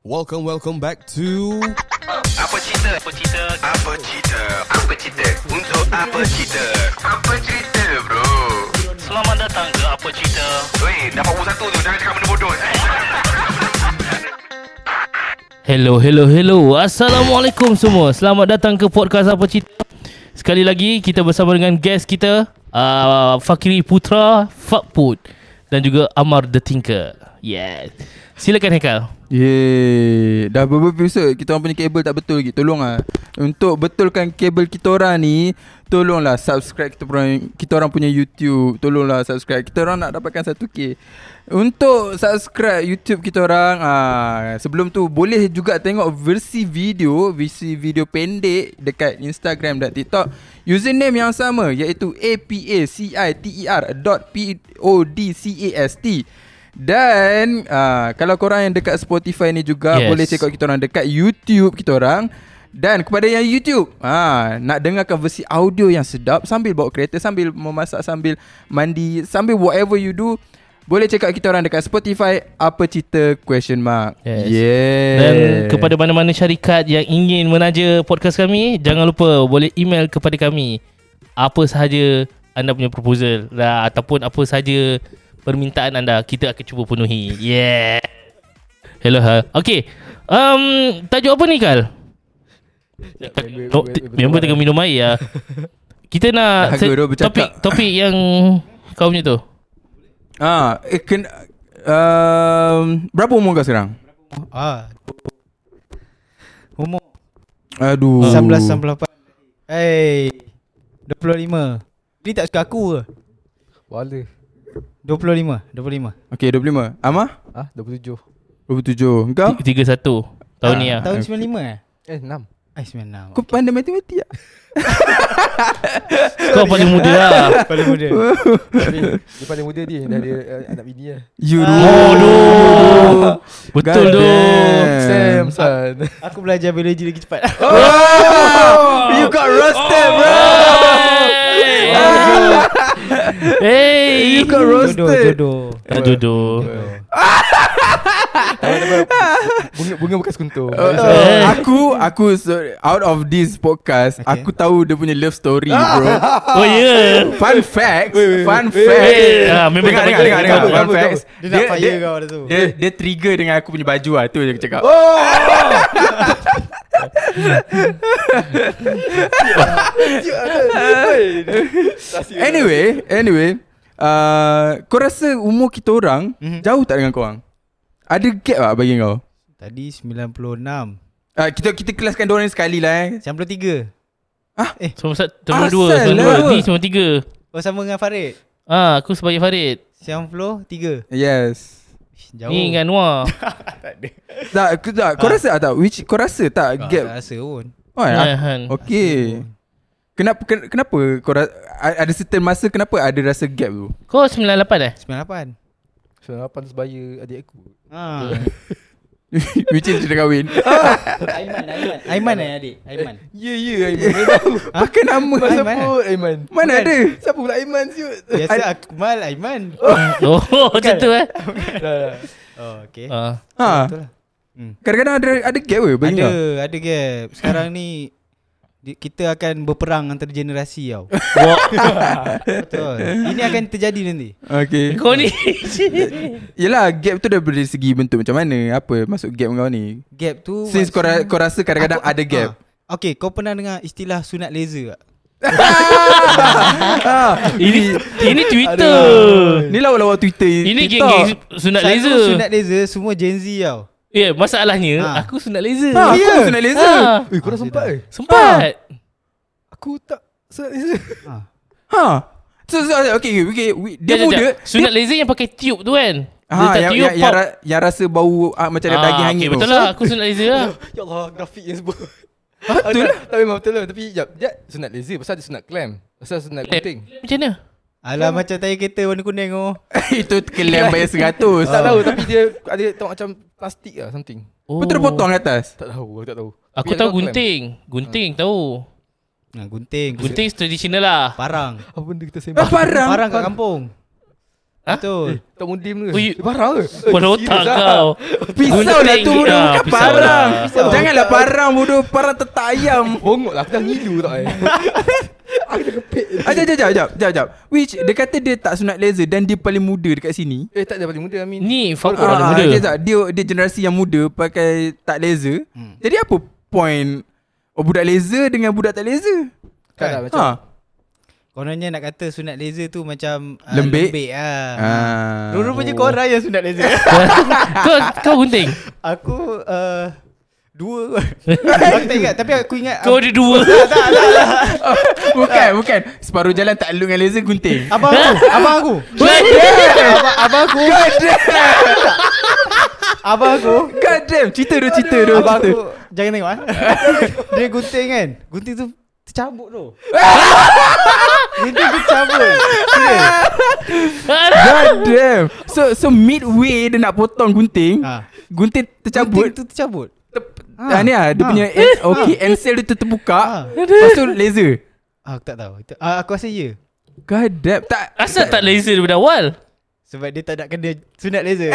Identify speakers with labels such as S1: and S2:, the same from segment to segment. S1: Welcome, welcome back to
S2: Apa cerita? Apa cerita? Apa cerita? Apa cerita? Untuk apa cerita? Apa cerita bro?
S3: Selamat datang ke Apa Cerita
S2: Weh, dapat pukul satu tu. Jangan cakap benda bodoh. Eh?
S3: Hello, hello, hello Assalamualaikum semua Selamat datang ke podcast Apa Cerita Sekali lagi kita bersama dengan guest kita uh, Fakiri Putra Fakput Dan juga Amar The Thinker Yeah Silakan Hekal
S4: Yeay Dah beberapa episod Kita orang punya kabel tak betul lagi Tolong lah Untuk betulkan kabel kita orang ni Tolonglah subscribe kita orang, kita orang punya YouTube Tolonglah subscribe Kita orang nak dapatkan 1k Untuk subscribe YouTube kita orang aa, Sebelum tu boleh juga tengok versi video Versi video pendek Dekat Instagram dan TikTok Username yang sama Iaitu apaciter E dot podcast dan uh, kalau korang yang dekat Spotify ni juga
S3: Yes.
S4: yes. boleh check out kita orang dekat YouTube kita orang. Dan kepada yang YouTube, ha, nak dengarkan versi audio yang sedap sambil bawa kereta, sambil memasak, sambil mandi, sambil whatever you do, boleh check out kita orang dekat Spotify apa cerita question mark.
S3: Yes.
S4: Yeah.
S3: Dan kepada mana-mana syarikat yang ingin menaja podcast kami Jangan lupa boleh email kepada kami Apa sahaja anda punya proposal lah, Ataupun apa sahaja permintaan anda Kita akan cuba penuhi Yeah Hello ha. Okay um, Tajuk apa ni Kal? No, t- member tengah minum air ya. Kita nak
S4: Dahaga dah bercakap.
S3: topik topik yang kau punya tu.
S4: ha, eh, ken, um, berapa umur kau sekarang?
S5: Ah. Umur
S4: Aduh.
S5: 19 98. Hey. 25. Ni tak suka aku ke?
S6: Wala
S5: 25, 25.
S4: Okay, 25. Amah?
S6: Ah, 27
S4: 27. Engkau?
S3: 31 tahun ni ah.
S5: Tahun 95 eh?
S6: Eh, 6
S5: Ai 96.
S4: Kau pandai matematik tak?
S3: Kau paling muda lah.
S5: paling muda.
S6: Dia paling muda dia Dah dia uh, anak bini lah
S4: You do.
S3: Oh, doh. Betul doh.
S4: God damn.
S6: Sam, son
S5: Aku belajar biologi lagi cepat.
S4: Oh, you got roasted, bro.
S3: Oh. Hey.
S4: You got
S5: Jodoh,
S4: roasted.
S5: jodoh.
S3: Tak jodoh.
S6: Bunga, bunga bekas kuntur
S4: Uh,
S6: Sorry,
S3: Eh.
S6: sorry.
S4: aku aku sorry, out of this podcast
S5: Okay.
S4: aku tahu dia punya love story bro.
S3: Oh ya.
S4: Fun facts, fun
S3: wait.
S4: facts.
S3: Ah, memang
S4: dengar,
S3: tak betul.
S4: dengar, dengar, dengar,
S3: Cover,
S4: fun facts.
S5: Dia nak fire kau ada tu.
S4: dia, dia trigger dengan aku punya baju lah tu je aku cakap. Oh, anyway, anyway, uh, kau rasa umur kita orang
S5: Mhm.
S4: jauh tak dengan kau orang? Ada gap tak bagi kau?
S5: Tadi 96.
S4: Uh, kita kita kelaskan dia orang ni sekali lah eh.
S5: 93.
S3: Semua sat semua dua,
S4: Asal
S3: semua dua,
S4: lah.
S3: ni semua tiga.
S5: Oh sama dengan Farid.
S3: Ah, aku sebagai Farid.
S5: 93.
S4: Yes.
S5: Ish, Jauh.
S3: Ni kan- dengan Noah.
S4: Tak, k- tak. Kau rasa tak? Which kau rasa
S5: gap. Ah,
S4: tak
S5: Tak
S4: gap?
S5: rasa pun.
S4: Oh,
S3: Ya,
S4: ya.
S3: Han.
S4: Okey. Kenapa ken- kenapa kau ra- a- ada certain masa kenapa ada rasa gap tu?
S3: Kau 98 eh?
S5: 98.
S6: So, lapan sebaya adik aku
S5: Ha.
S4: Which is dia dah kahwin.
S5: Aiman, Aiman. Aiman eh adik, Aiman.
S6: Ah, Ya, ya, Aiman Dia tahu
S4: Pakai nama
S6: Mana
S4: siapa?
S5: Aiman.
S6: sebut Aiman
S4: Mana ada?
S6: Siapa pula Aiman siut
S5: Biasa
S4: Ai-
S5: Akmal Aiman.
S3: Oh, macam tu eh.
S6: Dah, dah.
S5: Oh, okey.
S3: Ah.
S4: Ha.
S5: Betul lah. Hmm.
S4: Kadang-kadang ada ada gap ke
S5: Ada,
S4: bagi kau?
S5: ada gap. Sekarang ni di- kita akan berperang antara generasi tau. Betul. Ini akan terjadi nanti.
S4: Okey.
S3: Kau ni.
S4: Yelah gap tu daripada segi bentuk macam mana? Apa masuk gap kau ni?
S5: Gap tu
S4: Since kau, ra- kau rasa kadang-kadang ada gap.
S5: Ha. Okay, kau pernah dengar istilah sunat laser tak?
S6: Ah.
S3: Ini ini Twitter.
S4: Ha. Ni lawa-lawa Twitter
S3: Ini
S4: TikTok.
S3: geng-geng sunat
S5: Satu
S3: laser.
S5: Sunat laser semua Gen Z tau.
S3: Ya, yeah, masalahnya
S5: Ha.
S3: aku sunat laser.
S4: Ha, aku
S6: Ya.
S4: pun sunat laser.
S3: Ha.
S6: Eh,
S5: Ah,
S6: korang sempat eh?
S3: Sempat.
S6: Aku tak Sunat laser
S5: Ah.
S4: Ha. So, so okay, okay, okay. Dia
S3: Jap, jap,
S4: muda.
S3: jap. Sunat laser yang pakai tube tu kan.
S4: Ha, yang, yang, yang,
S3: pop.
S4: ra- yang rasa bau ah, macam ada
S3: Ah,
S4: daging hangit
S3: okay, Betul
S4: tu.
S3: lah, aku sunat laser lah.
S6: Ya Allah, grafik yang sebut
S4: Betul lah.
S6: Tak memang betul lah Tapi, jap, jap Sunat laser Pasal ada sunat clam Pasal sunat gunting
S3: Macam mana?
S5: Alah macam tayar kereta warna kuning oh.
S4: Itu kelem bayar seratus.
S6: Tak tahu tapi dia ada tengok macam plastik lah something.
S3: Oh.
S4: Betul potong atas.
S6: Tak tahu, aku tak tahu.
S3: Aku
S6: Tapi
S3: tahu
S6: ada clamp.
S3: gunting. Gunting
S5: Hmm.
S3: tahu.
S5: Ha, gunting, gunting. Oh,
S3: Gunting tradisional lah.
S5: Parang.
S6: Eh, Apa benda kita sembang?
S4: Ah, parang.
S5: Parang kat kampung. Betul.
S4: Eh.
S6: Tak mundim ke?
S3: Ui.
S6: Barang ke? lah.
S3: Kepala otak
S5: lah.
S3: kau
S4: Pisau lah
S3: Gunting,
S4: tu bodoh
S3: ah,
S4: Bukan
S3: pisau
S4: parang
S3: lah.
S5: Pisau.
S4: Janganlah parang bodoh Parang tetak ayam
S6: Bongok lah aku dah ngilu tak eh. aku dah kepek.
S4: Ah, jap, jap, jap, jap, jap, jap. Which, dia kata dia tak sunat laser dan dia paling muda dekat sini.
S6: Eh tak ada paling muda Amin.
S3: Ni fuck
S4: Ah,
S3: orang
S4: okay,
S3: muda
S4: tak. Dia, dia generasi yang muda pakai tak laser. Hmm. Jadi apa point oh, budak laser dengan budak tak laser?
S6: Tak ada Kan, macam.
S4: ha.
S5: Kononnya nak kata sunat laser tu macam ah,
S4: Lembik.
S5: lembik lah.
S4: Ah.
S5: Rupanya korang yang sunat laser.
S3: Kau kau gunting
S5: aku uh, dua kot. Aku tak ingat tapi aku ingat
S3: Kau ada dua
S4: bukan, bukan. Separuh jalan tak lu dengan laser gunting.
S5: abang aku, abang aku. abang, abang aku,
S4: God damn.
S5: abang aku.
S4: God damn. Cerita tu, cerita tu,
S5: Abang
S4: cerita.
S5: aku Jangan tengok ah. Dia gunting kan Gunting tu Tercabut tu Gunting tu tercabut Serius.
S4: God damn. So, so midway dia nak potong gunting.
S5: Ah. Gunting
S4: Gunting tercabut.
S5: tu tercabut
S4: Ah, ni lah dia
S5: Ah.
S4: punya end, okay, end cell dia
S5: Ah.
S4: terbuka. Lepas tu laser.
S5: ah, Aku tak tahu Itu- ah, Aku rasa ya
S4: God damn. Tak
S3: Asal tak laser daripada awal
S5: Sebab dia tak nak kena Sunat laser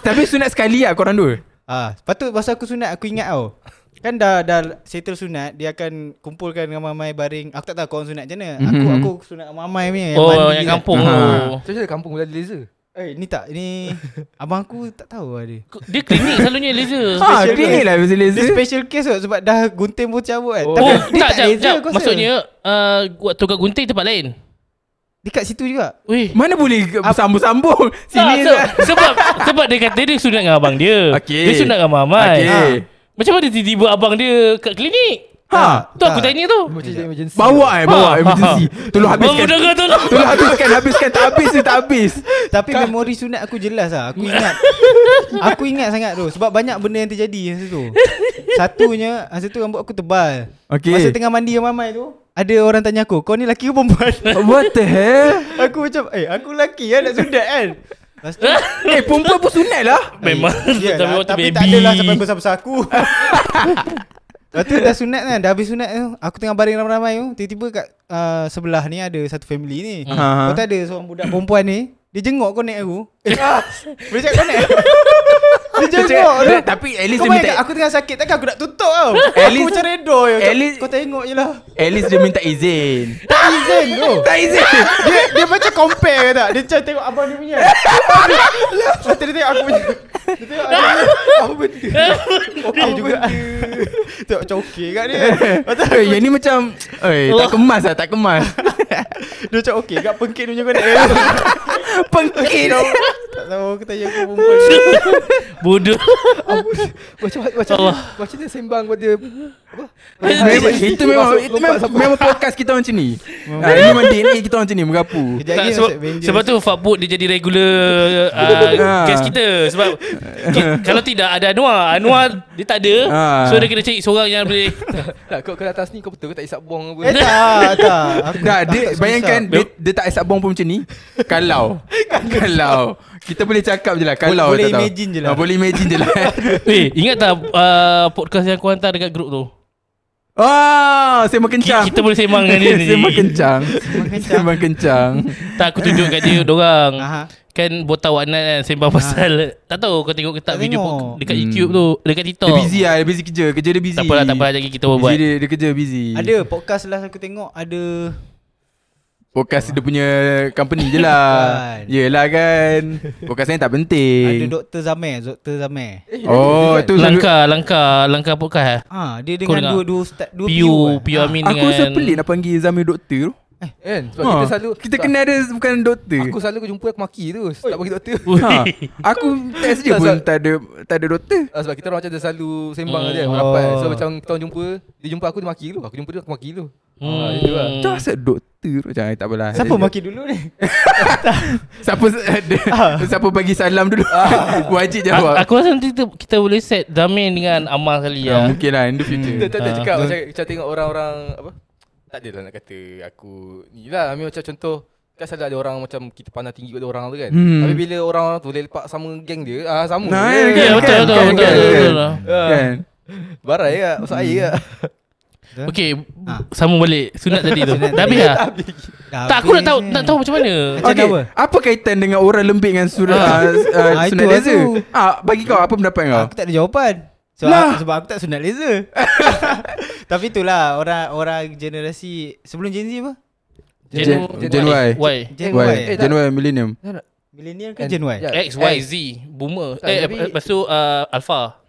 S4: tapi sunat sekali lah korang dua.
S5: ah, Lepas tu masa aku sunat Aku ingat tau Kan dah dah settle sunat Dia akan kumpulkan ramai-ramai baring Aku tak tahu korang sunat macam mana
S4: Mhm.
S5: Aku aku sunat ramai-ramai punya
S3: Oh
S5: mandi
S3: yang
S5: kan.
S3: kampung
S4: Ah.
S3: tu
S6: Macam mana kampung bila ada laser?
S5: Eh ni tak Ni Abang aku tak tahu lah dia
S3: Dia klinik selalunya laser
S4: Ha,
S5: Special
S4: dia ni
S5: case.
S4: lah laser
S5: Dia
S4: laser.
S5: special case kot Sebab dah gunting pun cabut kan
S6: Oh.
S5: Tapi
S3: Oh
S5: dia
S3: tak
S5: tak,
S3: jap
S5: laser
S3: jap
S5: aku rasa.
S3: Maksudnya uh, Waktu kau gunting tempat lain
S5: Dekat situ juga
S3: Weh
S4: Mana boleh ke-
S5: Ha,
S4: sambung-sambung
S3: tak,
S4: Sini lah
S3: se- sebab sebab dia kata dia sunat dengan abang dia.
S4: Okey.
S3: Dia sunat dengan mamai.
S4: Okey.
S3: Ha. Macam mana tiba-tiba abang dia kat klinik?
S4: Ha
S3: Tu aku
S5: Tak.
S3: tanya tu.
S6: Macam jadi emergency.
S4: Bawa eh Bawa
S3: Ha.
S4: emergency Tolong
S3: Abang
S4: habiskan Eh,
S3: muda kau tu lah.
S4: Tolong habiskan Habiskan tak habis ni tak habis
S5: Tapi memori sunat aku jelas lah Aku ingat Aku ingat sangat tu Sebab banyak benda yang terjadi Masa tu Satunya Masa tu rambut aku tebal
S4: Okey.
S5: Masa tengah mandi dengan mamai tu Ada orang tanya aku Kau ni lelaki ke perempuan?
S4: What the hell
S5: aku macam Eh aku lelaki lah nak sunat kan Lepas tu
S4: Eh perempuan pun sunat lah
S3: Memang
S5: Yelah,
S3: tapi waktu
S5: Tapi
S3: baby.
S5: tak adalah sampai besar-besar aku Lepas tu dah sunat kan Dah habis sunat tu Aku tengah baring ramai-ramai tu Tiba-tiba kat uh, sebelah ni Ada satu family ni
S4: Ha.
S5: Lepas tu ada seorang budak perempuan ni Dia jengok kau naik aku Eh ah, Boleh cakap kau naik Dia jengok tu
S4: Tak, Tapi at least
S5: lah. Kau
S4: dia
S5: bayangkan
S4: minta
S5: aku tengah sakit Takkan aku nak tutup tau
S4: At
S5: Aku
S4: least-
S5: macam redo je
S4: at
S5: Macam,
S4: least-
S5: Kau tengok je lah
S4: At least dia minta izin
S5: Tak izin oh. tu
S4: Tak izin
S5: dia, dia macam compare ke tak Dia macam tengok abang dia punya Lepas tu dia tengok aku punya Dia tengok aku punya Apa benda Okey juga Tengok macam okey kat dia Lepas tu
S4: Eh, Yang ni macam Eh
S5: Oh.
S4: tak kemas lah Tak kemas
S5: Dia macam okey kat pengkit dia punya kau nak
S4: Pengkit
S5: oh. Tak tahu aku tanya aku perempuan
S3: Bodoh.
S6: Macam macam
S3: Allah.
S6: macam dia sembang pada
S4: Memang- Itu memang Itu memang Memang podcast kita macam ni
S5: Oh.
S4: Ah, Ini memang DNA kita macam ni Merapu
S5: Kejap
S3: Tak,
S5: lagi
S3: sebab, sebab tu Fakbut dia jadi regular uh,
S4: Ah.
S3: Kes kita Sebab ki- Kalau tidak ada Anwar Anwar dia tak ada
S4: Ah.
S3: So dia kena cari seorang yang boleh
S6: Tak kau kau atas ni kau betul ke tak isap bong
S5: Eh
S6: apa.
S5: tak tak Aku
S4: Dah dia
S5: susah.
S4: bayangkan dia, dia tak isap bong pun macam ni. Kalau kalau kita boleh cakap je lah kalau
S5: Boleh- boleh
S4: tak tahu.
S5: imagine je lah.
S4: Ah, boleh imagine je lah.
S3: Eh ingat tak uh, Podcast yang aku hantar dekat grup tu
S4: Ah, sembang kencang.
S3: Kita boleh sembang dengan dia ni.
S4: sembang kencang.
S5: kencang.
S4: sembang kencang.
S3: Tak aku tunjuk kat dia Diorang
S5: Aha.
S3: Kan botak waknan kan Sembang pasal Tak tahu kau tengok ke tak
S5: Tak
S3: Video
S5: tengok.
S3: pun dekat YouTube tu Dekat TikTok
S4: Hmm. Dia busy lah, dia busy kerja. Kerja dia busy.
S3: Tak apalah tak apalah Jadi kita
S4: Busy
S3: buat
S4: dia, dia kerja busy.
S5: Ada podcast last aku tengok Ada
S4: Podcast dia punya company je lah.
S5: Kan.
S4: Yelah kan. Podcast saya
S3: Eh.
S4: tak
S5: Ada
S4: penting.
S5: Dr. Zamir Dr. Zamir
S6: Eh,
S4: Oh, tu
S3: Langkah Langkah Langkah podcast eh?
S5: Ha, dia
S3: Kau
S5: dengan
S3: dengar?
S5: dua-dua ustaz Dua
S3: Piu
S5: eh.
S3: Piu
S5: Ah.
S3: Amin
S4: Aku rasa
S3: dengan
S4: pelik nak panggil Zamir doktor tu.
S6: Kan sebab
S4: Ha,
S6: kita selalu
S4: Kita kena ada bukan doktor.
S6: Aku selalu aku jumpa aku maki terus Tak bagi doktor
S4: Ha.
S3: Ui.
S4: Aku test dia
S6: Tak,
S4: pun
S6: tak.
S4: tak ada tak ada doktor.
S6: Ah, sebab kita orang macam dia selalu sembang
S3: Hmm.
S6: hmm. dia rapat. So
S5: Oh.
S6: macam kita orang jumpa, dia jumpa aku dia maki dulu, aku jumpa dia aku maki dulu. Hmm.
S3: Hmm.
S6: Ha itu lah.
S4: Macam asal doktor Macam eh, tak apalah
S5: Siapa maki dulu ni?
S4: Siapa
S5: Ah.
S4: Siapa bagi salam dulu Wajib
S3: A-
S4: jawab
S3: Aku rasa nanti kita, kita boleh set Damin dengan Amal kali
S4: Ya,
S3: Ah, ya.
S4: Mungkin lah in the future
S6: Dia tak ada
S3: Ah.
S6: cakap macam macam tengok orang-orang apa? Tak adalah nak kata aku ni lah. Ambil macam contoh kan selalu ada orang macam kita pandang tinggi pada orang tu kan.
S4: Hmm.
S6: Tapi bila orang tu lepak sama geng dia, ah sama.
S4: Nah, kan,
S6: je.
S3: Ya betul
S4: kan,
S3: betul
S4: kan,
S5: Ah.
S3: betul, betul,
S4: kan, kan.
S6: lah,
S3: betul.
S4: Kan
S6: Barai ke, masuk air ke.
S5: Betul.
S3: Okay
S5: Ah.
S3: Sama balik Sunat tadi tu Dah habis lah Tak aku nak tahu Nak tahu macam mana
S5: Macam
S4: Okay,
S5: apa?
S4: apa kaitan dengan orang lembik dengan surat
S3: Ah.
S4: ah. uh,
S5: Ah,
S4: sunat
S5: itu, itu.
S4: laser? Ah, bagi kau apa pendapat kau?
S5: Aku tak ada jawapan. Sebab
S4: Lah.
S5: aku, sebab aku tak sunat laser. Tapi itulah orang orang generasi sebelum Gen Z apa?
S4: Hmm. Gen- Gen Y.
S3: Y
S5: Gen
S4: Why?
S5: Y.
S4: Eh, January Millennium.
S5: Millennial ke Gen Y?
S6: Ya.
S3: X, Y, Z Boomer
S6: Tak,
S3: Eh
S6: tapi-
S3: lepas tu uh, Alpha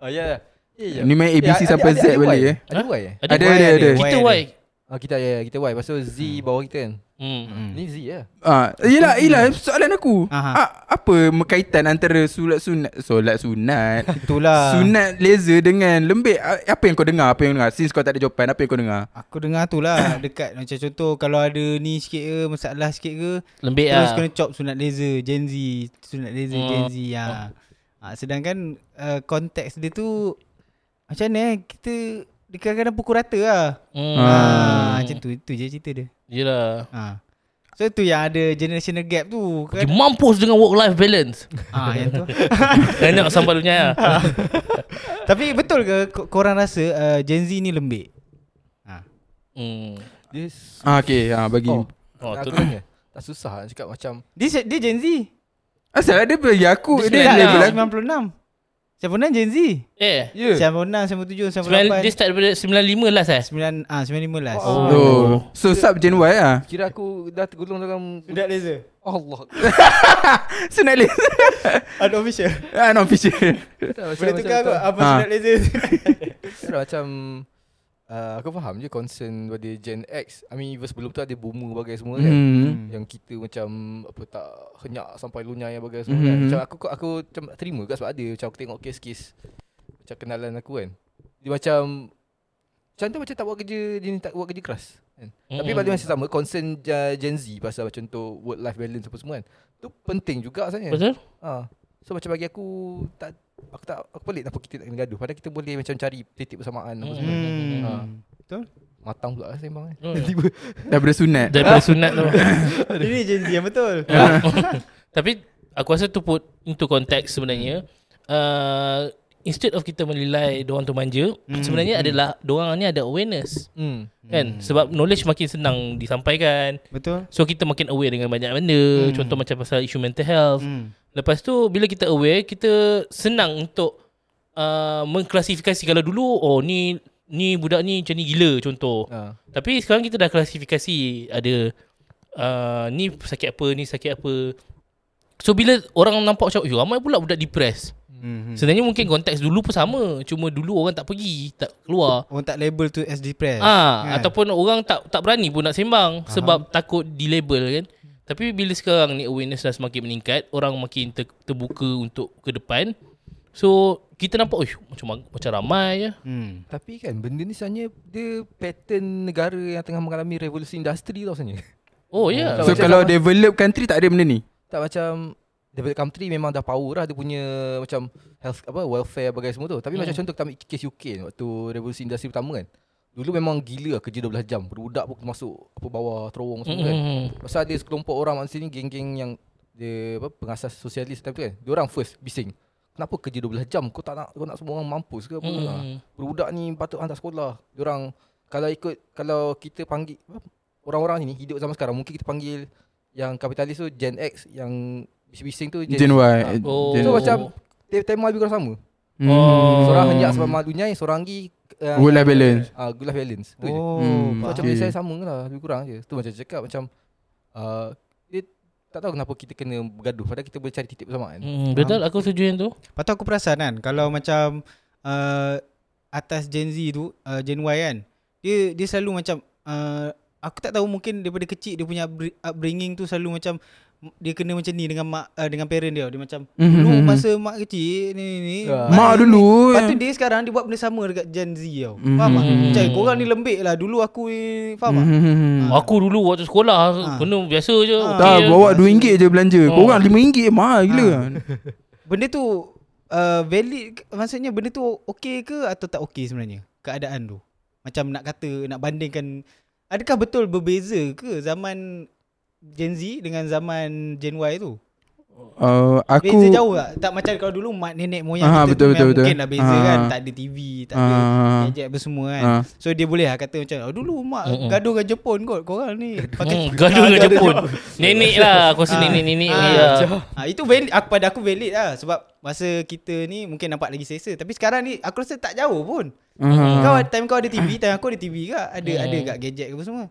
S6: Oh ya. Ya.
S4: Ni main ABC sampai Z balik eh.
S6: Ada
S3: Huh?
S6: Y eh?
S4: Ada
S3: Y.
S4: ada
S5: Y
S4: ada.
S5: ada.
S3: Kita
S5: Y
S3: Y
S6: Ah kita ya, kita Y. Pasal Z bawah kita kan.
S3: Hmm.
S6: Ni Z ya.
S4: Ah, yelah, yelah soalan aku.
S5: Aha.
S4: Ah, apa berkaitan antara solat sunat, solat sunat,
S5: Itulah.
S4: sunat laser dengan lembik? Ah, Apa yang kau dengar? Apa yang kau dengar? Since kau tak ada jawapan, apa yang kau dengar?
S5: Aku dengar tu lah dekat macam contoh kalau ada ni sikit ke masalah sikit ke
S3: Lembik
S5: terus
S3: lah
S5: kena chop sunat laser Gen Z sunat laser
S3: Hmm.
S5: Gen Z ya. Ha, sedangkan uh, konteks dia tu macam mana eh kita dia kadang-kadang pukul rata lah.
S3: Hmm.
S5: Ha, macam tu itu je cerita dia.
S3: Yelah
S5: Ha. So tu yang ada generational gap tu
S3: Dia
S5: kan.
S3: mampus dengan work life balance
S5: Ha yang tu.
S3: Banyak sampai dunia lah
S5: Tapi betul ke ko- korang rasa uh, Gen Z ni lembik? Ha.
S3: hmm.
S6: This
S4: Ah, okay, ah, bagi.
S6: Oh.
S3: Oh tu
S6: Aku tanya. Tak susah nak cakap macam
S5: Dia se- dia Gen Z.
S4: Asal ada bagi aku
S3: Dia
S4: dia
S3: sunat
S4: level
S3: lah.
S5: 96.
S4: aku.
S5: Siapa nak Gen Z?
S3: Eh
S6: "Ya,
S5: Yeah. 96, 97,
S3: Sembilan, dia
S5: 98
S3: start daripada 95 last eh
S5: 9 ah 95 last.
S6: Oh.
S4: Oh. So sub Gen Y ah.
S6: kira aku dah tergulung dalam
S5: Sudah laser.
S6: Allah.
S4: Sunat laser.
S5: Unofficial.
S4: ah, non official.
S5: Boleh tukar aku apa
S4: Ah.
S5: sunat laser.
S6: Tak macam uh, aku faham je concern pada Gen X. I mean even sebelum tu ada boomer bagai semua kan.
S4: Hmm.
S6: Yang kita macam apa tak henyak sampai lunyai bagai semua kan.
S3: Hmm.
S4: Mhm.
S6: Macam aku aku macam tak terima kat sebab ada macam aku tengok kes-kes macam kenalan aku kan. Dia macam macam tu macam tak buat kerja dia ni tak buat kerja keras. Kan? Tapi pada masa sama concern uh, Gen Z pasal macam tu work life balance apa semua kan. Tu penting juga sebenarnya.
S3: Betul?
S6: Ha. So macam bagi aku tak aku tak aku pelik kenapa kita tak kena gaduh. Padahal kita boleh macam cari titik persamaan apa semua.
S5: Hmm.
S6: Ha.
S5: Betul.
S6: Matang pula lah sembang kan.
S3: Hmm.
S4: Daripada sunat.
S3: Daripada sunat tu
S5: Ini Gen Z yang betul.
S3: Ya. Tapi aku rasa tu put into context sebenarnya uh, Instead of kita menilai diorang tu manja Sebenarnya adalah diorang ni ada awareness
S6: Hmm.
S3: Kan sebab knowledge makin senang disampaikan
S5: Betul.
S3: So kita makin aware dengan banyak benda
S6: Hmm.
S3: Contoh macam pasal isu mental health
S5: Hmm.
S3: Lepas tu bila kita aware kita senang untuk uh, mengklasifikasi kalau dulu oh ni ni budak ni macam ni gila contoh.
S6: Ha.
S3: Tapi sekarang kita dah klasifikasi ada uh, ni sakit apa ni sakit apa. So bila orang nampak macam "Eh, ramai pula budak depres.
S5: Hmm.
S3: Sebenarnya mungkin konteks dulu pun sama cuma dulu orang tak pergi, tak keluar.
S5: Orang tak label tu as depressed.
S3: Ah, ataupun orang tak tak berani pun nak sembang sebab takut dilabel kan. Tapi bila sekarang ni awareness dah semakin meningkat, orang makin ter, terbuka untuk ke depan. So kita nampak "Uish, macam macam ramai je.
S5: Hmm.
S6: Tapi kan benda ni sebenarnya dia pattern negara yang tengah mengalami revolusi industri tau sebenarnya.
S3: Oh ya. Yeah.
S4: So
S6: Hmm. Macam
S4: kalau
S6: sama.
S4: develop country tak ada benda ni.
S6: tak macam developed country memang dah power lah dia punya macam health apa welfare bagai semua tu. Tapi macam contoh kita ambil kes UK ni, waktu revolusi industri pertama kan. Dulu memang gila lah kerja 12 jam. Budak pun masuk apa bawah terowong semua kan.
S3: Mm-mm.
S6: Pasal ada sekelompok orang manusia ni geng-geng yang dia apa pengasas sosialis time tu kan. Dia orang first bising. Kenapa kerja 12 jam? Kau tak nak kau nak semua orang mampus ke apa?
S3: Mm.
S6: Hmm. Budak ni patut hantar sekolah. Dia orang kalau ikut kalau kita panggil apa, orang-orang ni hidup zaman sekarang mungkin kita panggil yang kapitalis tu Gen X yang bising-bising tu
S4: Gen Y. Hmm.
S6: Ah.
S3: Oh.
S4: Gen-
S6: So macam te- tema lebih kurang sama.
S3: Oh.
S6: Seorang henyak sebab malunya, seorang lagi uh,
S4: Work life balance.
S6: Ah, good life balance. Tu je.
S5: Oh.
S4: Hmm.
S6: So,
S5: faham.
S6: macam
S4: Okay.
S6: okay. saya sama lah Lebih kurang je Tu macam cakap macam uh, Dia tak tahu kenapa kita kena bergaduh Padahal kita boleh cari titik persamaan hmm.
S3: Hmm, betul aku setuju yang tu.
S5: Lepas tu aku perasan kan Kalau macam uh, Atas Gen Z tu uh, Gen Y kan Dia dia selalu macam uh, Aku tak tahu mungkin daripada kecil Dia punya upbr- upbringing tu selalu macam m- Dia kena macam ni dengan mak uh, Dengan parent dia Dia macam
S4: Mhm,
S5: Dulu
S4: mhm.
S5: masa mak kecil ni, ni, ni
S6: Ya.
S5: ni-
S4: Mak dulu. eh. kan?
S5: Lepas tu dia sekarang Dia buat benda sama dekat Gen Z tau
S4: Mhm.
S5: Faham tak? Macam korang ni lembik lah Dulu aku ni Faham tak?
S4: Hmm. Ya.
S3: Aku dulu waktu sekolah kena biasa je.
S5: Ha. Ah.
S3: okey
S4: Tak
S3: je.
S4: bawa RM2 je belanja.
S3: Oh.
S4: Kau orang RM5 eh, mahal gila.
S5: Benda tu uh, valid ke- maksudnya benda tu okey ke atau tak okey sebenarnya keadaan tu. Macam nak kata nak bandingkan adakah betul berbeza ke zaman Gen Z dengan zaman Gen Y tu?
S4: uh, aku
S5: Beza jauh tak? Tak macam kalau dulu mak nenek moyang kita
S4: Aha, betul,
S5: memang
S4: betul, betul. Ah.
S5: mungkin lah beza
S4: Aha.
S5: kan. Tak ada TV, tak ada
S4: Aha.
S5: gadget apa semua kan.
S4: Aha.
S5: So dia boleh lah kata macam oh, dulu mak gaduh dengan Jepun kot korang ni.
S3: Hmm, gaduh dengan Jepun. Nenek lah. Kau
S5: Ah.
S3: sini nenek-nenek.
S5: Ah,
S3: ya.
S5: ah, itu valid aku pada aku valid lah sebab masa kita ni mungkin nampak lagi selesa tapi sekarang ni aku rasa tak jauh pun.
S4: Ah.
S5: Kau time kau ada TV, time aku ada TV juga, ada ada kat gadget apa semua.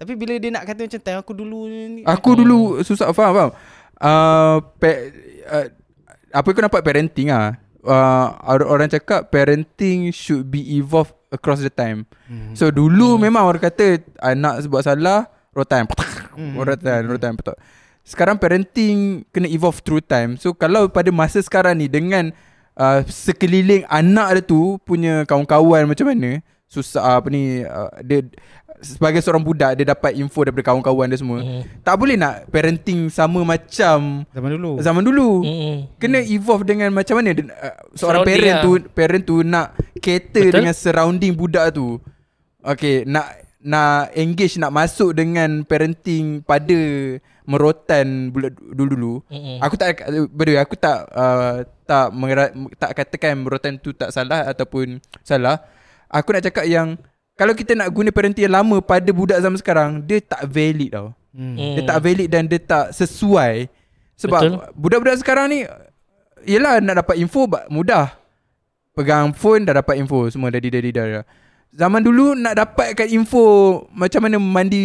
S5: Tapi bila dia nak kata macam time aku dulu ni
S4: Aku dulu susah faham faham. Uh, pe, uh, apa kau nampak parenting ah. Uh, or- orang cakap parenting should be evolve across the time. Hmm. So dulu hmm. memang orang kata anak buat salah rotan. Hmm. Rotan, rotan betul. Sekarang parenting kena evolve through time. So kalau pada masa sekarang ni dengan uh, sekeliling anak dia tu punya kawan-kawan macam mana susah apa ni uh, dia sebagai seorang budak dia dapat info daripada kawan-kawan dia semua. Mm. Tak boleh nak parenting sama macam
S5: zaman dulu.
S4: zaman dulu.
S3: Mm-mm.
S4: Kena evolve dengan macam mana dia, uh,
S3: Surrounding
S4: seorang parent
S3: lah.
S4: tu parent tu nak cater
S3: Betul.
S4: Betul? dengan surrounding budak tu. Okay nak nak engage nak masuk dengan parenting pada merotan budak dulu-dulu.
S3: Mm-mm.
S4: Aku tak berdua aku tak uh, tak mengera, tak katakan merotan tu tak salah ataupun salah. Aku nak cakap yang kalau kita nak guna parenting yang lama pada budak zaman sekarang, dia tak valid tau. Hmm. Dia tak valid dan dia tak sesuai. Sebab
S3: Mm. Betul.
S4: Betul. budak-budak sekarang ni Yelah nak dapat info ba- mudah. Pegang phone dah dapat info semua dari dari dari. Zaman dulu nak dapatkan info macam mana mandi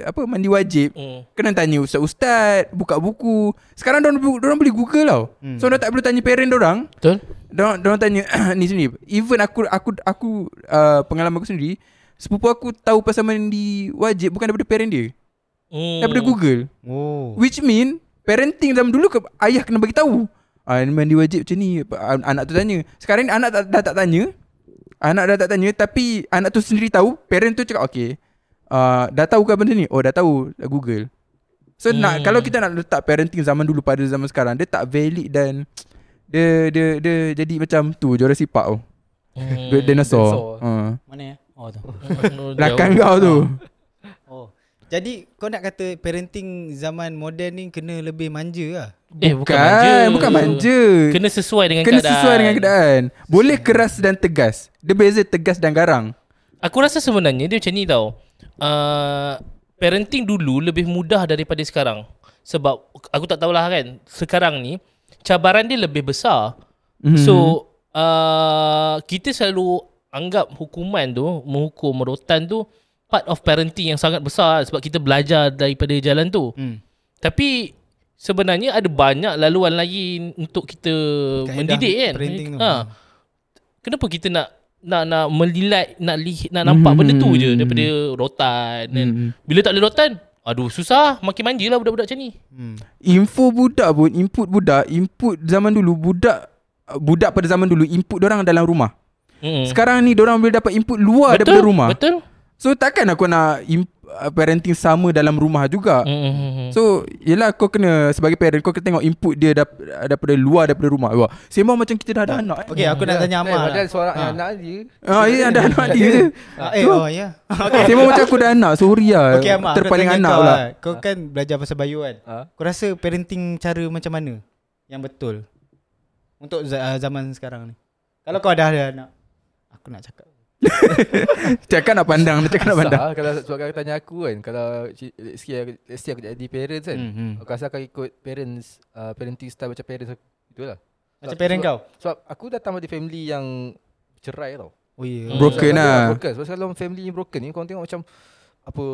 S4: apa mandi wajib.
S3: Mm.
S4: Kena tanya ustaz-ustaz, buka buku. Sekarang dorang bu- dorang boleh Google tau. Hmm. So dorang tak perlu tanya parent dorang.
S3: Betul?
S4: Dorang dorang tanya ni sendiri. Even aku aku aku uh, pengalaman aku sendiri, sepupu aku tahu pasal mandi wajib bukan daripada parent dia.
S3: Mm.
S4: Daripada Google.
S5: Oh.
S4: Which mean parenting dalam dulu ke, ayah kena bagi tahu. Ah ni mandi wajib macam ni Apa- an- anak tu tanya. Sekarang ni anak tak, dah tak tanya. Anak dah tak tanya tapi anak tu sendiri tahu, parent tu cakap okey. Uh, dah tahu ke benda ni? Oh dah tahu dah Google. So hmm. nak kalau kita nak letak parenting zaman dulu pada zaman sekarang dia tak valid dan dia dia dia jadi macam tu juara sipak tu. Hmm. Dinosaur.
S6: Dinosaur.
S4: Ha.
S5: Mana ya? Oh tu.
S4: Belakang kau tu.
S5: Oh. Jadi kau nak kata parenting zaman moden ni kena lebih manja lah.
S3: Eh, bukan manja.
S4: Kan, bukan manja.
S3: Kena sesuai dengan
S4: Kena
S3: keadaan.
S4: sesuai dengan keadaan Boleh keras dan tegas Dia beza tegas dan garang
S3: Aku rasa sebenarnya dia macam ni tau. Uh, parenting dulu lebih mudah daripada sekarang. Sebab aku tak tahulah kan. Sekarang ni cabaran dia lebih besar.
S5: Mhm.
S3: Mm. So uh, kita selalu anggap hukuman tu, menghukum merotan tu part of parenting yang sangat besar sebab kita belajar daripada jalan tu.
S5: Hmm.
S3: Tapi sebenarnya ada banyak laluan lagi untuk kita
S5: Kaedah
S3: mendidik kan.
S5: parenting tu. Hmm.
S3: Ha. Kenapa kita nak nak nak melilat nak lihat nak nampak mm-hmm. benda tu je
S4: Hmm.
S3: daripada rotan kan. Mm-hmm. Bila tak ada rotan, aduh susah makin manjalah budak-budak macam ni.
S5: Hmm.
S4: Info budak pun Input budak Input zaman dulu Budak Budak pada zaman dulu Input orang dalam rumah
S3: Mm.
S4: Sekarang ni orang boleh dapat input luar daripada rumah
S3: Betul?
S4: So takkan aku nak imp- uh, Parenting sama dalam rumah juga
S3: Mm-hmm.
S4: So Yelah kau kena Sebagai parent Kau kena tengok input dia dap- Daripada luar Daripada rumah Wah, Sembang macam kita dah ada anak eh.
S5: Okay, aku nak tanya
S6: Eh,
S5: Amal.
S6: padahal
S5: lah.
S6: seorang
S5: Ha.
S6: anak dia.
S4: Ah, ya, ada anak dia je.
S5: Ah, eh, oh ya.
S4: Okay. Sembang macam aku dah anak Sorry lah
S5: Okay, Amal. aku nak
S4: Terpaling
S5: tanya
S4: anak
S5: kau
S4: pula
S5: lah. Kau kan belajar pasal bio kan.
S6: Ha?
S5: Kau rasa parenting cara macam mana yang betul untuk za- uh, zaman sekarang ni? Kalau kau dah ada anak, aku nak cakap.
S4: Cakap nak pandang Dia Cakap nak pandang
S6: Asal kalau sebab kau tanya aku kan Kalau ci- let's say aku- let's say aku jadi parents kan
S5: Mhm.
S6: Aku rasa aku ikut parents uh, Parenting style macam parents aku Itulah
S5: Macam
S6: Sebab-
S5: parent
S6: sebab-
S5: kau.
S6: Sebab aku datang dari family yang Cerai tau
S5: Oh ya.
S3: Hmm.
S4: Broken
S6: Sebab
S4: lah
S6: Broken Sebab kalau family yang broken ni Korang tengok macam Apa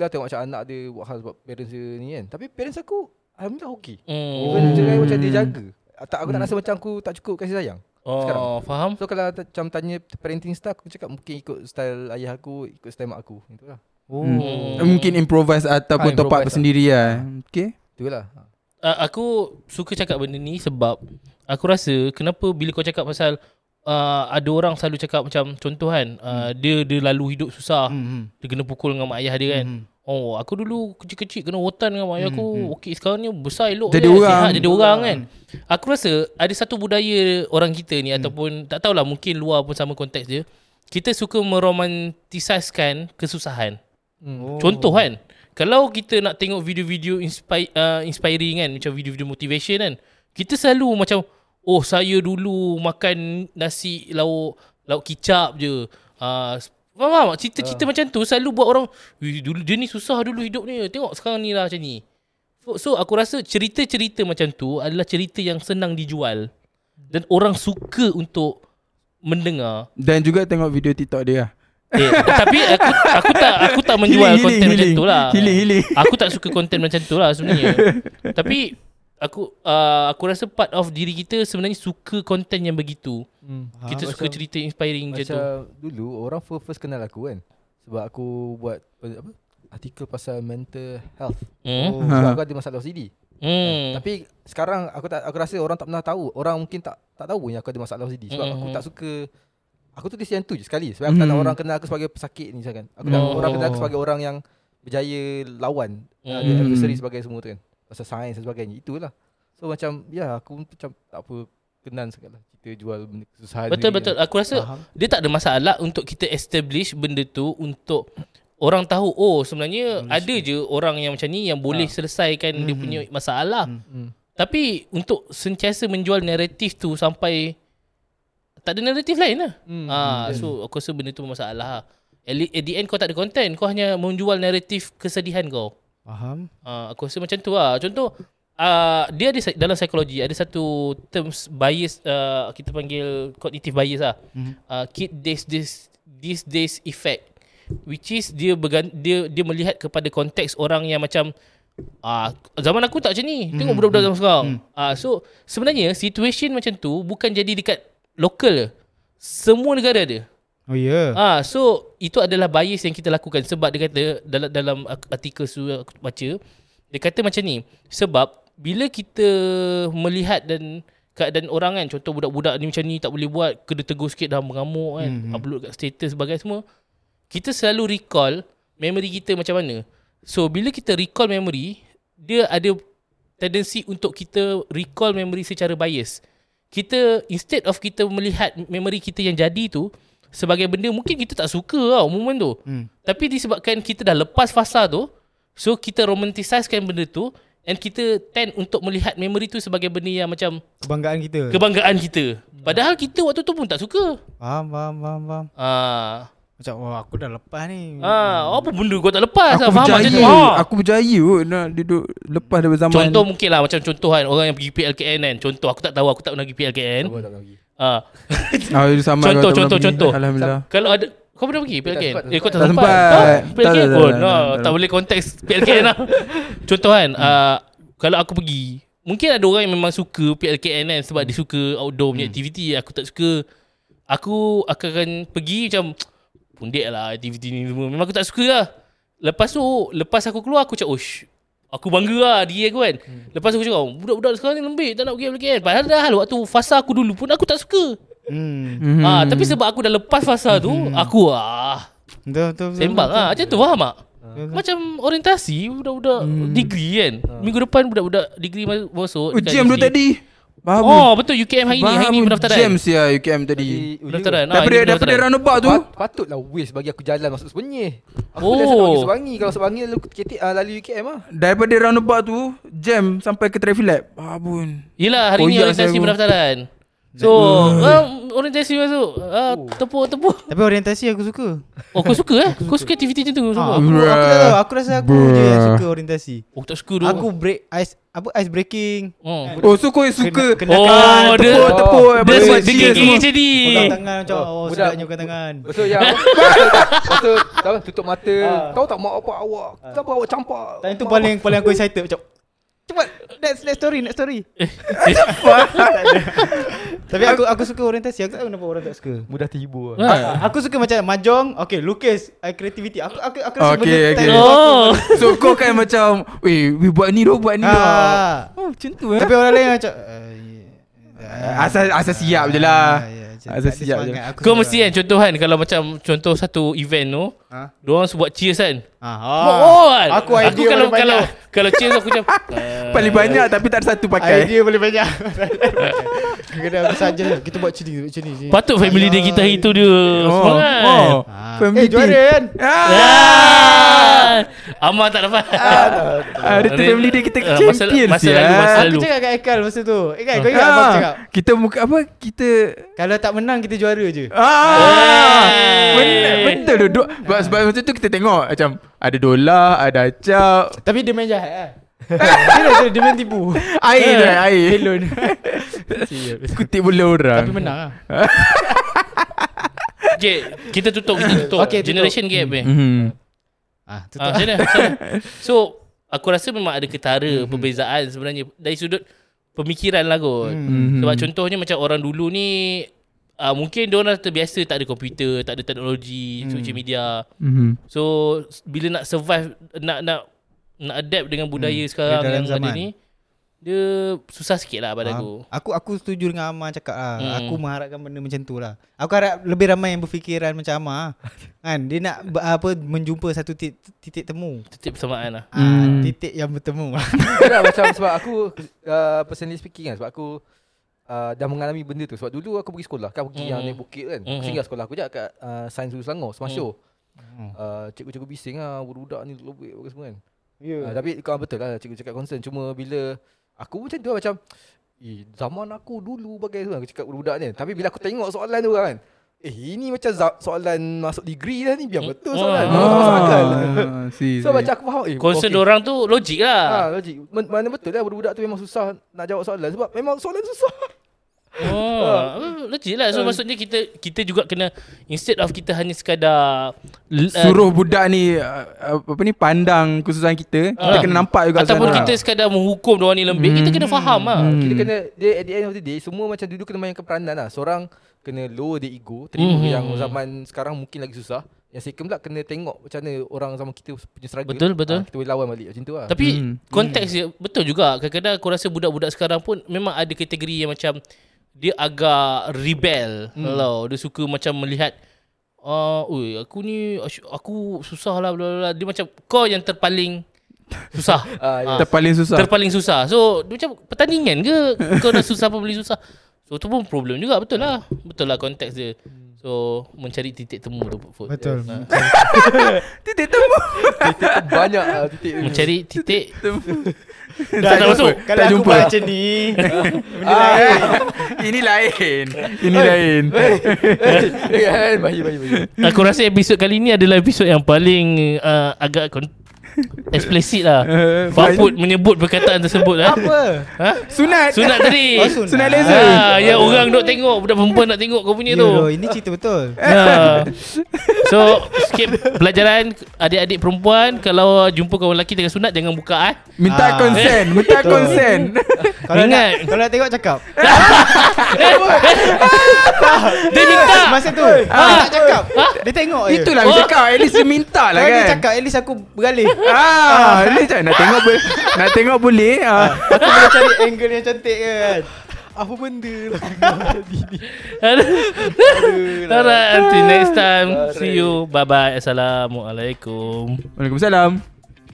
S6: Lah tengok macam anak dia Buat hal sebab parents dia ni kan Tapi parents aku Alhamdulillah okey
S3: Mm.
S6: Even cerai macam dia jaga Ah, tak, Aku tak rasa macam aku tak cukup kasih sayang sekarang.
S3: Oh, faham?
S6: So kalau ta- macam tanya parenting style Aku cakap mungkin ikut style ayah aku Ikut style mak aku Itulah
S5: Oh.
S4: Hmm. Mungkin improvise ataupun
S6: Ah,
S4: top up
S6: improvise lah.
S4: sendiri lah. Okay.
S6: Itulah Ha.
S3: uh, aku suka cakap benda ni sebab aku rasa kenapa bila kau cakap pasal uh, ada orang selalu cakap macam contoh kan uh, dia dia lalu hidup susah
S5: Hmm.
S3: dia kena pukul dengan mak ayah dia kan
S4: Mhm.
S3: oh aku dulu kecil-kecil kena rotan dengan mak ayah aku okey sekarang ni besar elok
S4: Jadi
S3: je,
S4: orang.
S3: sihat jadi orang kan aku rasa ada satu budaya orang kita
S4: Mhm.
S3: ni ataupun tak tahulah mungkin luar pun sama konteks dia kita suka meromantisaskan kesusahan
S5: Oh.
S3: Contoh kan Kalau kita nak tengok video-video inspire, uh, inspiring kan Macam video-video motivation kan Kita selalu macam Oh saya dulu makan nasi lauk Lauk kicap je uh, Faham faham tak? Cerita-cerita uh. macam tu Selalu buat orang "Wih, dulu Dia ni susah dulu hidup ni Tengok sekarang ni lah macam ni So, so aku rasa cerita-cerita macam tu Adalah cerita yang senang dijual Dan orang suka untuk Mendengar
S4: Dan juga tengok video TikTok dia lah.
S3: Eh, tapi aku aku tak aku tak menjual
S4: Healing,
S3: konten macam
S4: healing, healing.
S3: tu lah.
S4: Healing, healing.
S3: Aku tak suka konten macam tu lah sebenarnya. tapi aku uh, aku rasa part of diri kita sebenarnya suka konten yang begitu. kita suka
S6: Hmm. Ah, macam-
S3: cerita inspiring macam,
S6: Macam
S3: tu.
S6: dulu orang first, first kenal aku kan Sebab aku buat eh, apa, artikel pasal mental health
S3: Hmm.
S6: oh.
S4: Ha.
S6: Sebab aku ada masalah OCD
S3: Hmm.
S6: hmm. Tapi sekarang aku tak aku rasa orang tak pernah tahu Orang mungkin tak tak tahu yang aku ada masalah OCD Sebab
S3: Hmm.
S6: aku tak suka Aku tulis yang tu je sekali Sebab aku tak nak
S4: Hmm.
S6: orang kenal aku sebagai pesakit ni misalkan Aku tak
S3: Oh.
S6: orang kenal aku sebagai orang yang berjaya lawan hmm. Ada
S4: Hmm.
S6: adversary sebagai semua tu kan Pasal sains dan sebagainya Itulah So macam ya aku pun macam tak apa kenan sangat lah Kita jual benda kesusahan
S3: Betul
S6: ni
S3: betul. Aku rasa
S6: Faham.
S3: dia tak ada masalah untuk kita establish benda tu untuk orang tahu oh sebenarnya ada je orang yang macam ni yang boleh selesaikan dia punya masalah.
S6: Ha. Hmm.
S3: Tapi untuk sentiasa menjual naratif tu sampai tak ada naratif lain lah.
S6: Hmm,
S3: ha, so aku rasa benda tu bermasalah. lah. At, le- at the end kau tak ada content, kau hanya menjual naratif kesedihan kau.
S5: Faham?
S3: Ha, aku rasa macam tu lah. Contoh uh, dia ada sa- dalam psikologi ada satu terms bias uh, kita panggil cognitive bias lah. Mm-hmm. Uh, kid this this this days effect which is dia bergan- dia dia melihat kepada konteks orang yang macam Ah, zaman aku tak macam ni. Tengok budak-budak zaman sekarang. Ah, so sebenarnya situation macam tu bukan jadi dekat lokal je. Semua negara ada.
S5: Oh ya. Yeah.
S3: Ah, so itu adalah bias yang kita lakukan sebab dia kata dalam dalam ak- artikel tu yang aku baca dia kata macam ni sebab bila kita melihat dan keadaan orang kan contoh budak-budak ni macam ni tak boleh buat kena tegur sikit dah mengamuk kan mm-hmm. upload kat status sebagai semua kita selalu recall memory kita macam mana so bila kita recall memory dia ada tendensi untuk kita recall memory secara bias kita instead of kita melihat memory kita yang jadi tu sebagai benda mungkin kita tak suka tau momen tu. Hmm. Tapi disebabkan kita dah lepas fasa tu, so kita romanticizekan benda tu and kita tend untuk melihat memory tu sebagai benda yang macam
S5: Kebanggaan kita.
S3: kebanggaan kita. Padahal kita waktu tu pun tak suka.
S5: faham, faham, faham, faham.
S3: Ah.
S5: Macam wah aku dah lepas ni.
S3: Ah, apa benda kau tak lepas?
S4: Aku
S3: Ah, faham macam
S4: berjaya
S3: tu. Ah.
S4: Aku berjaya kot Nak duduk Lepas dari zaman
S3: Contoh mungkin lah Macam contoh kan Orang yang pergi PLKN kan Contoh aku tak tahu Aku tak pernah pergi PLKN
S6: Kau tak nak pergi
S3: ah.
S4: ah, itu sama
S3: Contoh,
S4: kalau tak
S3: contoh,
S4: pernah pergi.
S3: contoh.
S4: Alhamdulillah
S3: Kalau ada Kau pernah pergi PLKN?
S6: sempat, tak
S3: eh kau tak
S4: sempat.
S3: sempat,
S4: Tak sempat.
S3: Kau PLKN
S4: Tak, tak,
S3: pun
S4: tak, tak,
S3: no,
S4: tak, tak.
S3: Tak boleh konteks PLKN lah Contoh kan ah, Kalau aku pergi Mungkin ada orang yang memang suka PLKN kan Sebab dia suka outdoor
S4: Hmm.
S3: punya aktiviti Aku tak suka Aku aku akan pergi macam Pundik lah aktiviti ni semua Memang aku tak suka lah Lepas tu Lepas aku keluar aku macam Ush Aku bangga lah diri aku kan hmm. Lepas aku cakap Budak-budak sekarang ni lembik Tak nak pergi PLKN Padahal lah waktu fasa aku dulu pun Aku tak suka
S5: Hmm.
S3: hmm.
S4: Mhm.
S3: ah, Tapi sebab aku dah lepas fasa tu
S4: Hmm.
S3: Aku ah
S5: Betul, betul, betul.
S3: Sembang lah Macam tu faham tak?
S5: Betul, betul.
S3: Macam orientasi Budak-budak
S4: Hmm.
S3: Degree kan Minggu depan budak-budak Degree mas- masuk dekat
S4: Ujian dulu
S3: degree.
S4: Oh, tadi Faham
S3: Oh betul UKM hari ni Hari ni pendaftaran
S4: Jam sia UKM tadi
S3: Pendaftaran ah, hari
S4: Daripada
S3: ni
S4: daripada
S3: pendaftaran.
S4: roundabout tu
S6: Eh, ya. Pat, patutlah waste bagi aku jalan masuk sebenyih.
S3: Oh.
S6: Aku oh. biasa nak pergi Sebangi. Kalau Sebangi lalu KT uh, lalu UKM ah.
S4: Daripada roundabout tu Jam sampai ke traffic lab Babun
S3: Yelah hari ni
S4: Koyak
S3: orientasi
S4: Oh, ya, saya Hmm. pun.
S3: pendaftaran So ah, Orientasi masuk ah, Tepuk-tepuk
S5: Tapi orientasi aku suka.
S3: Oh kau suka eh Kau suka aktiviti macam tu
S5: Ha,
S3: suka?
S4: Ah.
S5: aku, aku tak tahu. Aku rasa aku je yang suka orientasi.
S3: Oh tak suka tu
S5: Aku break ice apa ice breaking.
S3: Oh,
S4: Oh so kau suka
S5: Kena, kena tangan,
S3: oh dia
S4: Tepuk tepuk
S3: Dia
S4: apa,
S3: dia
S4: cheers
S3: gigih
S4: semua.
S3: macam ni
S5: pegang tangan macam
S6: Oh,
S5: oh,
S6: budak-
S5: sedapnya pegang tangan.
S6: Betul ya. Betul. Tahu tutup mata.
S5: Ah.
S6: Tahu tak mak apa awak? Kenapa awak campak?
S5: Time tu
S6: Mak
S5: paling paling aku excited macam Cepat Next next story Next story Tapi aku aku suka orientasi Aku tak tahu kenapa orang tak suka Ah,
S6: awak mudah
S4: lah.
S6: terhibur.
S3: Ha.
S5: Aku suka macam Mahjong Okay lukis I creativity Aku aku aku rasa
S4: Okay, okay.
S5: time tu aku-
S3: Oh
S4: So kau kan macam Weh we buat ni doh buat ni
S3: lah.
S4: doh
S5: Ah.
S4: Oh macam tu eh
S5: Tapi orang lain macam "Eh, yeah.
S4: Asal asal siap je
S5: Ah,
S4: lah
S5: ya, macam tak
S4: Asal
S5: ada
S4: siap je
S5: semangat. Aku
S3: Kau
S5: suka.
S3: mesti kan contoh kan Kalau macam Contoh satu event tu
S5: Ha?
S3: Diorang buat cheers kan
S5: Ah,
S3: Oh, kan?
S5: Aku idea
S3: aku kalau
S5: paling
S3: kalau
S5: banyak.
S3: kalau cheers aku macam eh,
S4: Paling banyak tapi tak ada satu pakai.
S5: Idea boleh banyak Kadang-kadang aku saja Kita buat macam ni buat Macam ni macam ni.
S3: Eh, patut family dia kita hari tu dia kan? semangat.
S4: oh.
S5: Ah.
S4: Family
S5: Eh juara
S4: day.
S5: kan
S3: Ya. Ah. Amal tak dapat.
S4: Ah, Hari tu
S3: Hari-
S4: family dia kita
S3: ah, masa-
S4: champion
S3: masa
S4: sial.
S3: lalu, masa
S5: Aku
S3: Lalu.
S5: cakap kat Ekal masa tu Ekal kau ingat apa aku
S4: Ah,
S5: cakap
S4: kita muka apa kita
S5: Kalau tak menang kita juara je
S4: Ah,
S3: Hey.
S4: betul, betul duduk. Sebab, sebab macam tu kita tengok macam ada dolar, ada acap,
S5: Tapi dia main jahat lah Serius serius, dia main tipu
S4: air tu, air.
S5: Belon
S4: Eh, Kutip bola orang.
S5: Tapi menang lah
S3: Okay, kita tutup kita tutup.
S5: Okay, tutup.
S3: Generation gap eh.
S4: Mhm.
S5: Ah,
S4: Hmm.
S5: tutup.
S3: Ah, macam mana? Macam mana? So, aku rasa memang ada
S4: Hmm.
S3: ketara perbezaan sebenarnya dari sudut pemikiran lah
S4: Hmm.
S3: kot.
S4: Mhm.
S3: Sebab contohnya macam orang dulu ni uh, mungkin dia orang terbiasa tak ada komputer, tak ada teknologi, social media.
S4: Mhm.
S3: So, s- bila nak survive nak nak nak adapt dengan budaya sekarang
S5: dalam
S3: yang ada
S5: zaman.
S3: ni, dia susah sikit lah pada aku.
S5: Aku aku setuju dengan Amar cakap lah.
S3: Hmm.
S5: Hmm. Aku mengharapkan benda macam tu lah. Aku harap lebih ramai yang berfikiran macam Amar. lah. kan dia nak ber- apa menjumpa satu titik, titik temu.
S3: Tetap persamaan lah.
S5: Hmm. Ah, titik yang bertemu.
S6: Tak macam sebab aku uh, personally speaking kan sebab aku uh, dah mengalami benda tu sebab dulu aku pergi sekolah kan pergi
S3: Mm.
S6: yang naik bukit kan
S3: Mm.
S6: aku singgah sekolah aku je kat uh, Sains Hulu Selangor Semasyo uh, cikgu-cikgu bising lah budak-budak ni lobek apa semua kan yeah. uh, tapi kau betul lah cikgu cakap concern cuma bila aku macam tu lah, macam eh, zaman aku dulu bagai tu aku cakap budak ni tapi bila aku tengok soalan tu kan eh ini macam za- soalan masuk degree lah ni biar betul soalan
S3: Mm.
S6: Masuk akal.
S4: Ah, si,
S6: so
S4: si.
S6: macam aku faham eh
S3: Concern
S6: okey.
S3: okay. orang tu logik lah.
S6: Ha, logik. Men- Mana betul lah budak-budak tu memang susah nak jawab soalan sebab memang soalan susah.
S3: Oh, legit lah. So maksudnya kita kita juga kena instead of kita hanya sekadar l- uh,
S4: Suruh budak ni uh, apa ni pandang kesusahan kita, kita
S3: Ah.
S4: kena nampak juga
S3: ataupun
S4: kesusahan
S3: kita
S4: orang.
S3: sekadar menghukum orang ni lembik, kita kena faham lah.
S4: Hmm.
S6: Kita kena dia at the end of the day semua macam dulu kena mainkan peranan lah. Seorang kena lower the ego,
S3: Mhm.
S6: terima mm-hmm. yang zaman sekarang mungkin lagi susah. Yang second pula kena tengok macam mana orang zaman kita punya struggle.
S3: Betul, betul.
S6: Ha, kita boleh lawan balik macam tu lah.
S3: Tapi
S4: Hmm.
S3: konteks dia betul juga. Kadang-kadang aku rasa budak-budak sekarang pun memang ada kategori yang macam dia agak rebel. Hmm. Kalau dia suka macam melihat ah, oi aku ni asy- aku susah lah bla bla bla." Dia macam kau yang terpaling susah.
S6: Ah, ya.
S4: Kita paling susah.
S3: Terpaling susah. So dia macam pertandingan ke kau dah susah apa beli susah. So tu pun problem juga betul lah. Betul lah konteks dia. So mencari titik temu tu Food.
S5: Betul.
S3: Ha.
S4: Titik temu.
S6: titik tu banyak lah titik tu.
S3: Mencari titik
S5: Dah
S3: tak masuk.
S5: Kalau
S4: Tak
S5: aku
S4: jumpa.
S5: buat macam ni. benda
S6: Ah,
S5: lain.
S4: Ini lain. Ini lain.
S6: eh, kan? Baik, baik, baik.
S3: Aku rasa episod kali ni adalah episod yang paling uh, agak kon- eksplisit lah.
S4: Eh,
S3: Faput menyebut perkataan tersebut lah.
S5: Apa?
S3: Ha?
S4: Sunat.
S3: Eh, Sunat tadi.
S5: Oh, sunat.
S4: Sunat laser.
S3: Ha, yang orang duk tengok budak perempuan nak tengok kau punya
S5: Ya,
S3: tu.
S5: doh, ini cerita betul.
S3: Ya. So skip pelajaran adik-adik perempuan kalau jumpa kawan lelaki tengah sunat jangan buka ah.
S4: Minta
S5: Ah.
S4: konsen, minta
S5: Betul.
S4: konsen.
S5: Kalau
S3: Ingat.
S5: nak, kalau nak tengok cakap.
S3: Dia minta.
S5: Masa tu. Dia tak cakap. Dia tengok je.
S4: Itulah aku
S3: Oh.
S4: cakap, at least dia minta lah
S5: Kalau
S4: kan.
S5: dia cakap at least aku beralih.
S4: Ah, dia cakap nak tengok boleh, nak tengok boleh. Ah.
S5: Aku boleh cari angle yang cantik kan.
S6: Apa benda lah.
S3: Alright, until next time. See you. Bye bye. Assalamualaikum.
S4: Waalaikumsalam.